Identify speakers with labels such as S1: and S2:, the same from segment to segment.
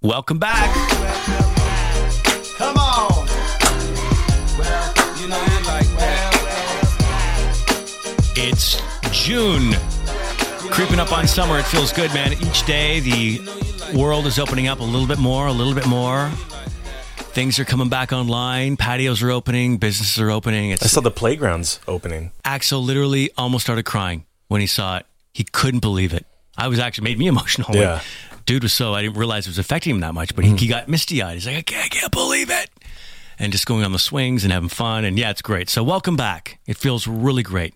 S1: Welcome back.
S2: Come on. Well, you know you like that.
S1: It's June. Creeping up on summer. It feels good, man. Each day, the world is opening up a little bit more, a little bit more. Things are coming back online. Patios are opening. Businesses are opening.
S3: I
S1: It's,
S3: saw the playgrounds opening.
S1: Axel literally almost started crying when he saw it. He couldn't believe it. I was actually made me emotional. when-
S3: Yeah.
S1: Dude was so I didn't realize it was affecting him that much, but he, he got misty eyed. He's like, I can't, I can't believe it. And just going on the swings and having fun. And yeah, it's great. So welcome back. It feels really great.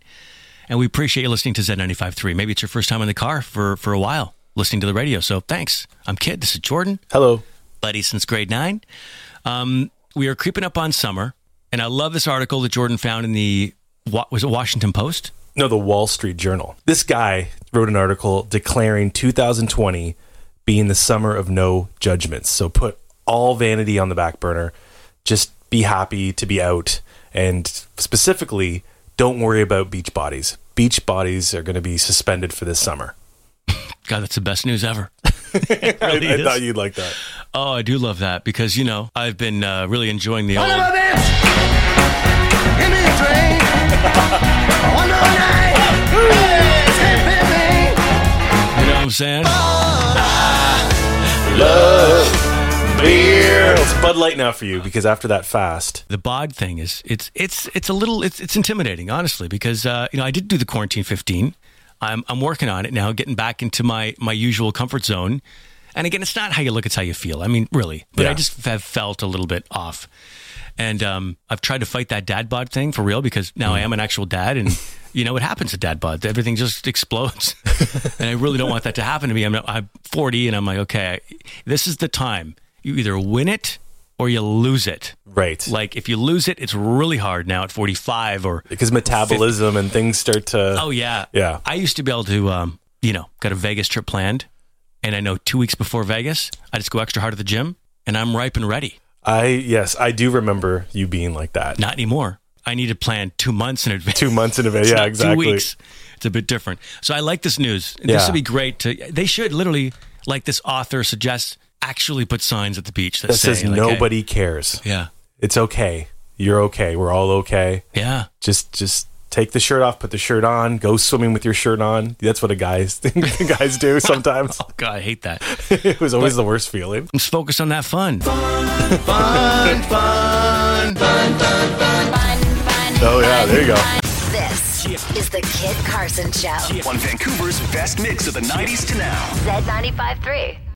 S1: And we appreciate you listening to Z95.3. Maybe it's your first time in the car for, for a while listening to the radio. So thanks. I'm Kid. This is Jordan
S3: Hello.
S1: buddy since grade nine. Um, we are creeping up on summer, and I love this article that Jordan found in the wa- was it Washington Post?
S3: No, the Wall Street Journal. This guy wrote an article declaring 2020 being the summer of no judgments. So put all vanity on the back burner. Just be happy to be out. And specifically, don't worry about beach bodies. Beach bodies are going to be suspended for this summer.
S1: God, that's the best news ever.
S3: I, I
S1: is.
S3: thought you'd like that.
S1: Oh, I do love that because you know I've been uh, really enjoying the
S2: One of
S1: old.
S2: a bitch. Give me a drink. One of a night. Yes, hey, baby.
S1: You know what I'm saying?
S3: Beer. It's Bud Light now for you because after that fast,
S1: The bod thing is it's it's it's a little it's it's intimidating, honestly, because uh, you know I did do the quarantine 15. I'm I'm working on it now, getting back into my my usual comfort zone. And again, it's not how you look; it's how you feel. I mean, really. But I
S3: Yeah.
S1: just have felt a little bit off, and um, I've tried to fight that dad bod thing for real because now I am an actual dad, and you know what happens at dad bod? Everything just explodes, and I really don't want that to happen to me. I'm I'm 40, and I'm like, okay, this is the time. You either win it or you lose it.
S3: right?
S1: Like if you lose it, it's really hard now at 45 or
S3: because metabolism and things start to.
S1: oh yeah.
S3: Yeah.
S1: I used to be able to um, you know, got a Vegas trip planned and I know 2 weeks before Vegas, I just go extra hard at the gym and I'm ripe and ready.
S3: I yes, I do remember you being like that.
S1: Not anymore. I need to plan 2 months in advance.
S3: Two months in advance.
S1: It's
S3: Yeah,
S1: not
S3: exactly.
S1: Two weeks. It's a bit different. So I like this news. This
S3: Yeah.
S1: would be great to they should literally like this author suggests actually put signs at the beach that,
S3: That
S1: say,
S3: says
S1: like, hey-
S3: nobody cares.
S1: yeah.
S3: It's okay. You're okay. We're all okay.
S1: Yeah.
S3: Just just take the shirt off, put the shirt on, go swimming with your shirt on. That's what a guys guys do sometimes.
S1: Oh god, I hate that.
S3: it was always the worst feeling.
S1: Let's focus on that fun.
S2: Fun, fun, fun, fun, fun.
S4: Fun, fun.
S3: Oh, yeah,
S4: fun,
S3: there you go.
S4: fun. This is the Kid Carson Show.
S5: on Vancouver's best mix of the 90s to now.
S4: Z95.3.